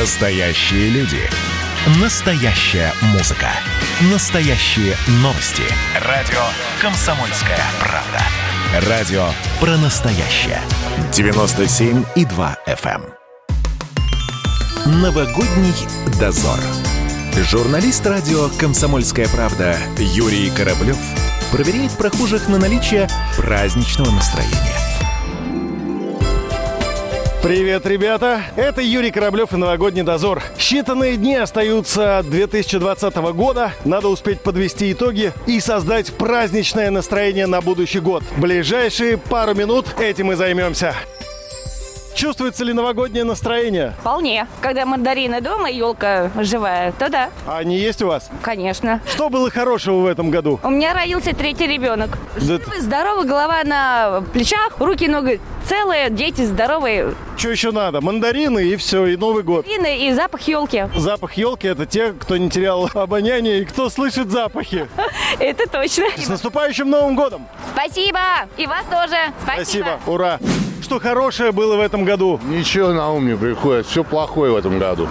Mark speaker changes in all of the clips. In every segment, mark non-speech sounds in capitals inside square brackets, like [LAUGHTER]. Speaker 1: Настоящие люди. Настоящая музыка. Настоящие новости. Радио Комсомольская правда. Радио про настоящее. 97,2 FM. эм. Новогодний дозор. Журналист радио «Комсомольская правда» Юрий Кораблев проверяет прохожих на наличие праздничного настроения.
Speaker 2: Привет, ребята! Это Юрий Кораблев и «Новогодний дозор». Считанные дни остаются от 2020 года. Надо успеть подвести итоги и создать праздничное настроение на будущий год. Ближайшие пару минут этим и займемся. Чувствуется ли новогоднее настроение?
Speaker 3: Вполне. Когда мандарины дома, елка живая, то да,
Speaker 2: А они есть у вас?
Speaker 3: конечно.
Speaker 2: Что было хорошего в этом году?
Speaker 3: У меня родился третий ребенок.
Speaker 2: Да
Speaker 3: Живы, здоровы, голова на плечах, руки, ноги целые, дети здоровые.
Speaker 2: Что еще надо? Мандарины и все, и Новый год.
Speaker 3: Вины и запах елки.
Speaker 2: Запах елки – это те, кто не терял [LAUGHS] обоняние и кто слышит запахи.
Speaker 3: Это точно.
Speaker 2: С наступающим Новым годом!
Speaker 3: Спасибо. И вас тоже.
Speaker 2: Спасибо, ура! Что хорошее было в этом году?
Speaker 4: Ничего на ум не приходит. Все плохое в этом году.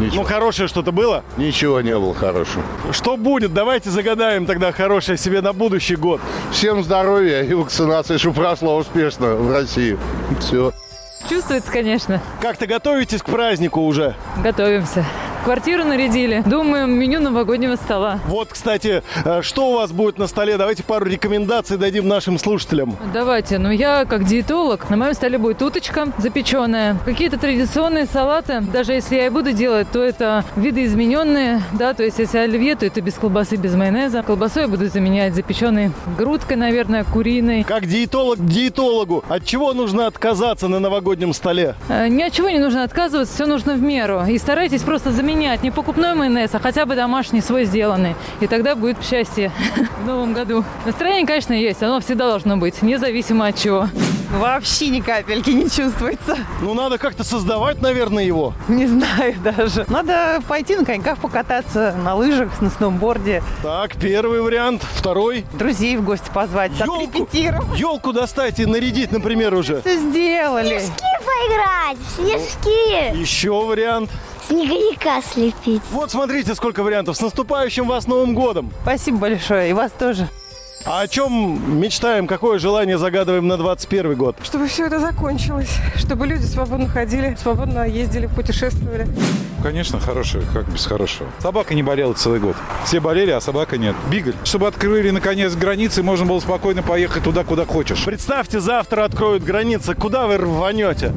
Speaker 2: Ну,
Speaker 4: Ничего,
Speaker 2: хорошее что-то было?
Speaker 4: ничего не было хорошего.
Speaker 2: Что будет? Давайте загадаем тогда хорошее себе на будущий год.
Speaker 4: Всем здоровья и вакцинация, что прошла успешно в России. Все.
Speaker 5: Чувствуется, конечно.
Speaker 2: Как-то готовитесь к празднику уже.
Speaker 5: Готовимся. Квартиру нарядили. Думаем, меню новогоднего стола.
Speaker 2: Вот, кстати, э, что у вас будет на столе? Давайте пару рекомендаций дадим нашим слушателям.
Speaker 5: Давайте, ну я как диетолог, на моем столе будет уточка запеченная, какие-то традиционные салаты, даже если я и буду делать, то это видоизмененные, да, то есть если оливье, то это без колбасы, без майонеза. Колбасой я буду заменять запеченной грудкой, наверное, куриной.
Speaker 2: Как диетолог к диетологу, от чего нужно отказаться на новогоднем столе?
Speaker 5: Э, Ни от чего не нужно отказываться, все нужно в меру. И старайтесь просто заменять не покупной майонез, а хотя бы домашний свой сделанный. И тогда будет счастье [LAUGHS] в новом году. Настроение, конечно, есть, оно всегда должно быть, независимо от чего.
Speaker 6: Вообще ни капельки не чувствуется. [LAUGHS]
Speaker 2: Ну, надо как-то создавать, наверное, его.
Speaker 6: Не знаю даже. Надо пойти на коньках покататься, на лыжах, на сноуборде.
Speaker 2: Так, первый вариант. Второй.
Speaker 6: Друзей в гости позвать, отрепетировать.
Speaker 2: елку достать и нарядить, например, уже.
Speaker 6: Все сделали.
Speaker 7: снежки поиграть, в снежки.
Speaker 2: Еще вариант.
Speaker 7: Снеговика слепить.
Speaker 2: Вот смотрите, сколько вариантов. С наступающим вас Новым годом!
Speaker 6: Спасибо большое. И вас тоже.
Speaker 2: А о чем мечтаем, какое желание загадываем на 21 год?
Speaker 8: чтобы все Ну, это закончилось, чтобы люди свободно ходили, свободно ездили, путешествовали.
Speaker 9: Конечно, хорошее, как без хорошего. Собака не болела целый год. Все болели, а собака нет. Бигль. Чтобы открыли наконец границы, можно было спокойно поехать туда, куда хочешь.
Speaker 2: Представьте, завтра откроют границы, куда вы рванете?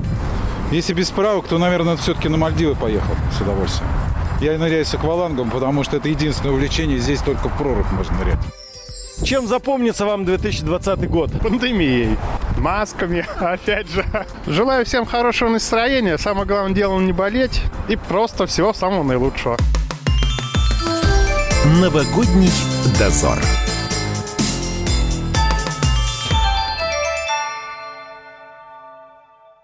Speaker 9: Если без справок, то, наверное, все-таки на Мальдивы поехал с удовольствием. Я ныряю с аквалангом, потому что это единственное увлечение. Здесь только в прорубь можно нырять.
Speaker 2: Чем запомнится вам 2020 год? Пандемией.
Speaker 10: масками, опять же. Желаю всем хорошего настроения, самое главное дело не болеть и просто всего самого наилучшего.
Speaker 1: Новогодний дозор.